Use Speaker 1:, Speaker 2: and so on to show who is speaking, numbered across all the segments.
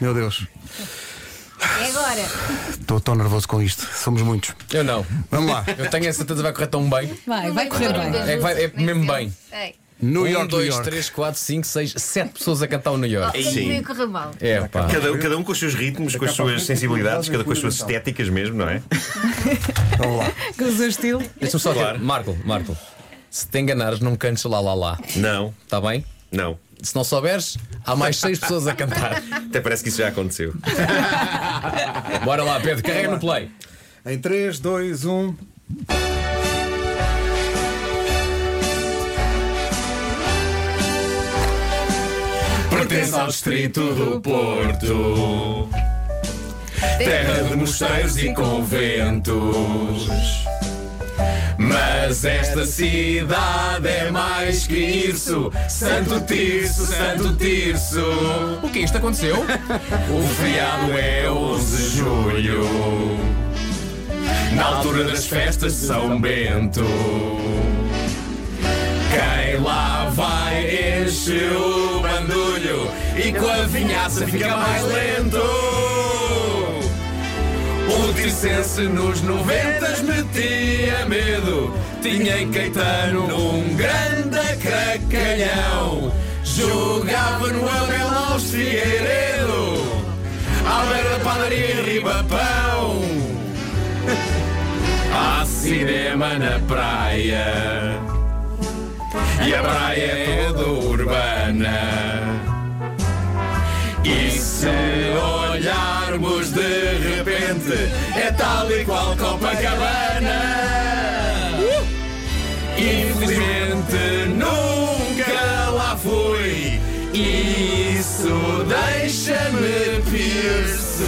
Speaker 1: Meu Deus,
Speaker 2: É agora.
Speaker 1: estou tão nervoso com isto. Somos muitos.
Speaker 3: Eu não.
Speaker 1: Vamos lá.
Speaker 3: Eu tenho a certeza que vai correr tão bem.
Speaker 4: Vai, vai correr bem.
Speaker 3: É que vai- é mesmo bem.
Speaker 5: Um,
Speaker 1: New
Speaker 3: 1,
Speaker 1: York, New
Speaker 3: 2,
Speaker 1: York.
Speaker 3: 3, 4, 5, 6, 7 pessoas a cantar o New York.
Speaker 2: Sim. Meio correu mal.
Speaker 3: É pá.
Speaker 6: Cada, cada um com os seus ritmos, com as suas sensibilidades, cada um com as suas estéticas mesmo, não é?
Speaker 1: Vamos lá.
Speaker 4: Com o seu estilo.
Speaker 3: Deixa-me só
Speaker 6: Claro.
Speaker 3: dizer. Marco, Marco, se te enganares, não cantes lá lá lá.
Speaker 6: Não,
Speaker 3: Está bem?
Speaker 6: não.
Speaker 3: Se não souberes, há mais 6 pessoas a cantar.
Speaker 6: Até parece que isso já aconteceu.
Speaker 3: Bora lá, Pedro, carrega no play.
Speaker 1: Em um. 3, 2, 1.
Speaker 5: Pertence ao distrito do Porto Terra de mosteiros e conventos Mas esta cidade é mais que isso Santo Tirso, Santo Tirso
Speaker 3: O que isto aconteceu?
Speaker 5: O feriado é 11 de julho Na altura das festas de São Bento Quem lá vai enche o bandulho E com a vinhaça fica mais lento O Tircense nos noventas metia medo Tinha em Caetano um grande cracalhão Jogava no Abel aos Figueiredo À beira da padaria Ribapão Há cinema na praia e a praia é toda urbana. E se olharmos de repente, é tal e qual Copacabana. Infelizmente nunca lá fui. E isso deixa-me pierce.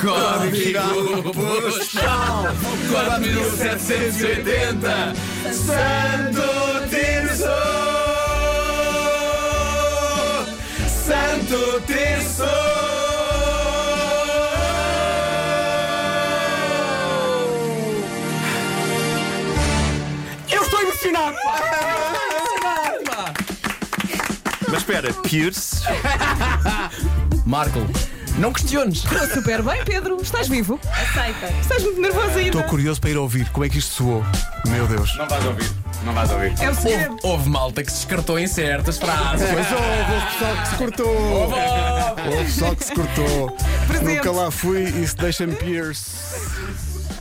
Speaker 5: Código postal 4780 Santo Tirso Santo Tirso
Speaker 3: Eu estou emocionado!
Speaker 6: Mas espera, Pierce.
Speaker 3: Marco, não questiones.
Speaker 4: Super bem, Pedro. Estás vivo?
Speaker 2: Aceita.
Speaker 4: Estás muito nervoso ainda.
Speaker 1: Estou curioso para ir ouvir como é que isto soou. Meu Deus.
Speaker 5: Não vais ouvir, não vais ouvir
Speaker 4: É o segredo.
Speaker 3: Houve malta que se descartou em certas frases.
Speaker 1: Mas houve, houve pessoal que se cortou. Houve pessoal que se cortou.
Speaker 4: Presente.
Speaker 1: Nunca lá fui e se deixa-me Pierce.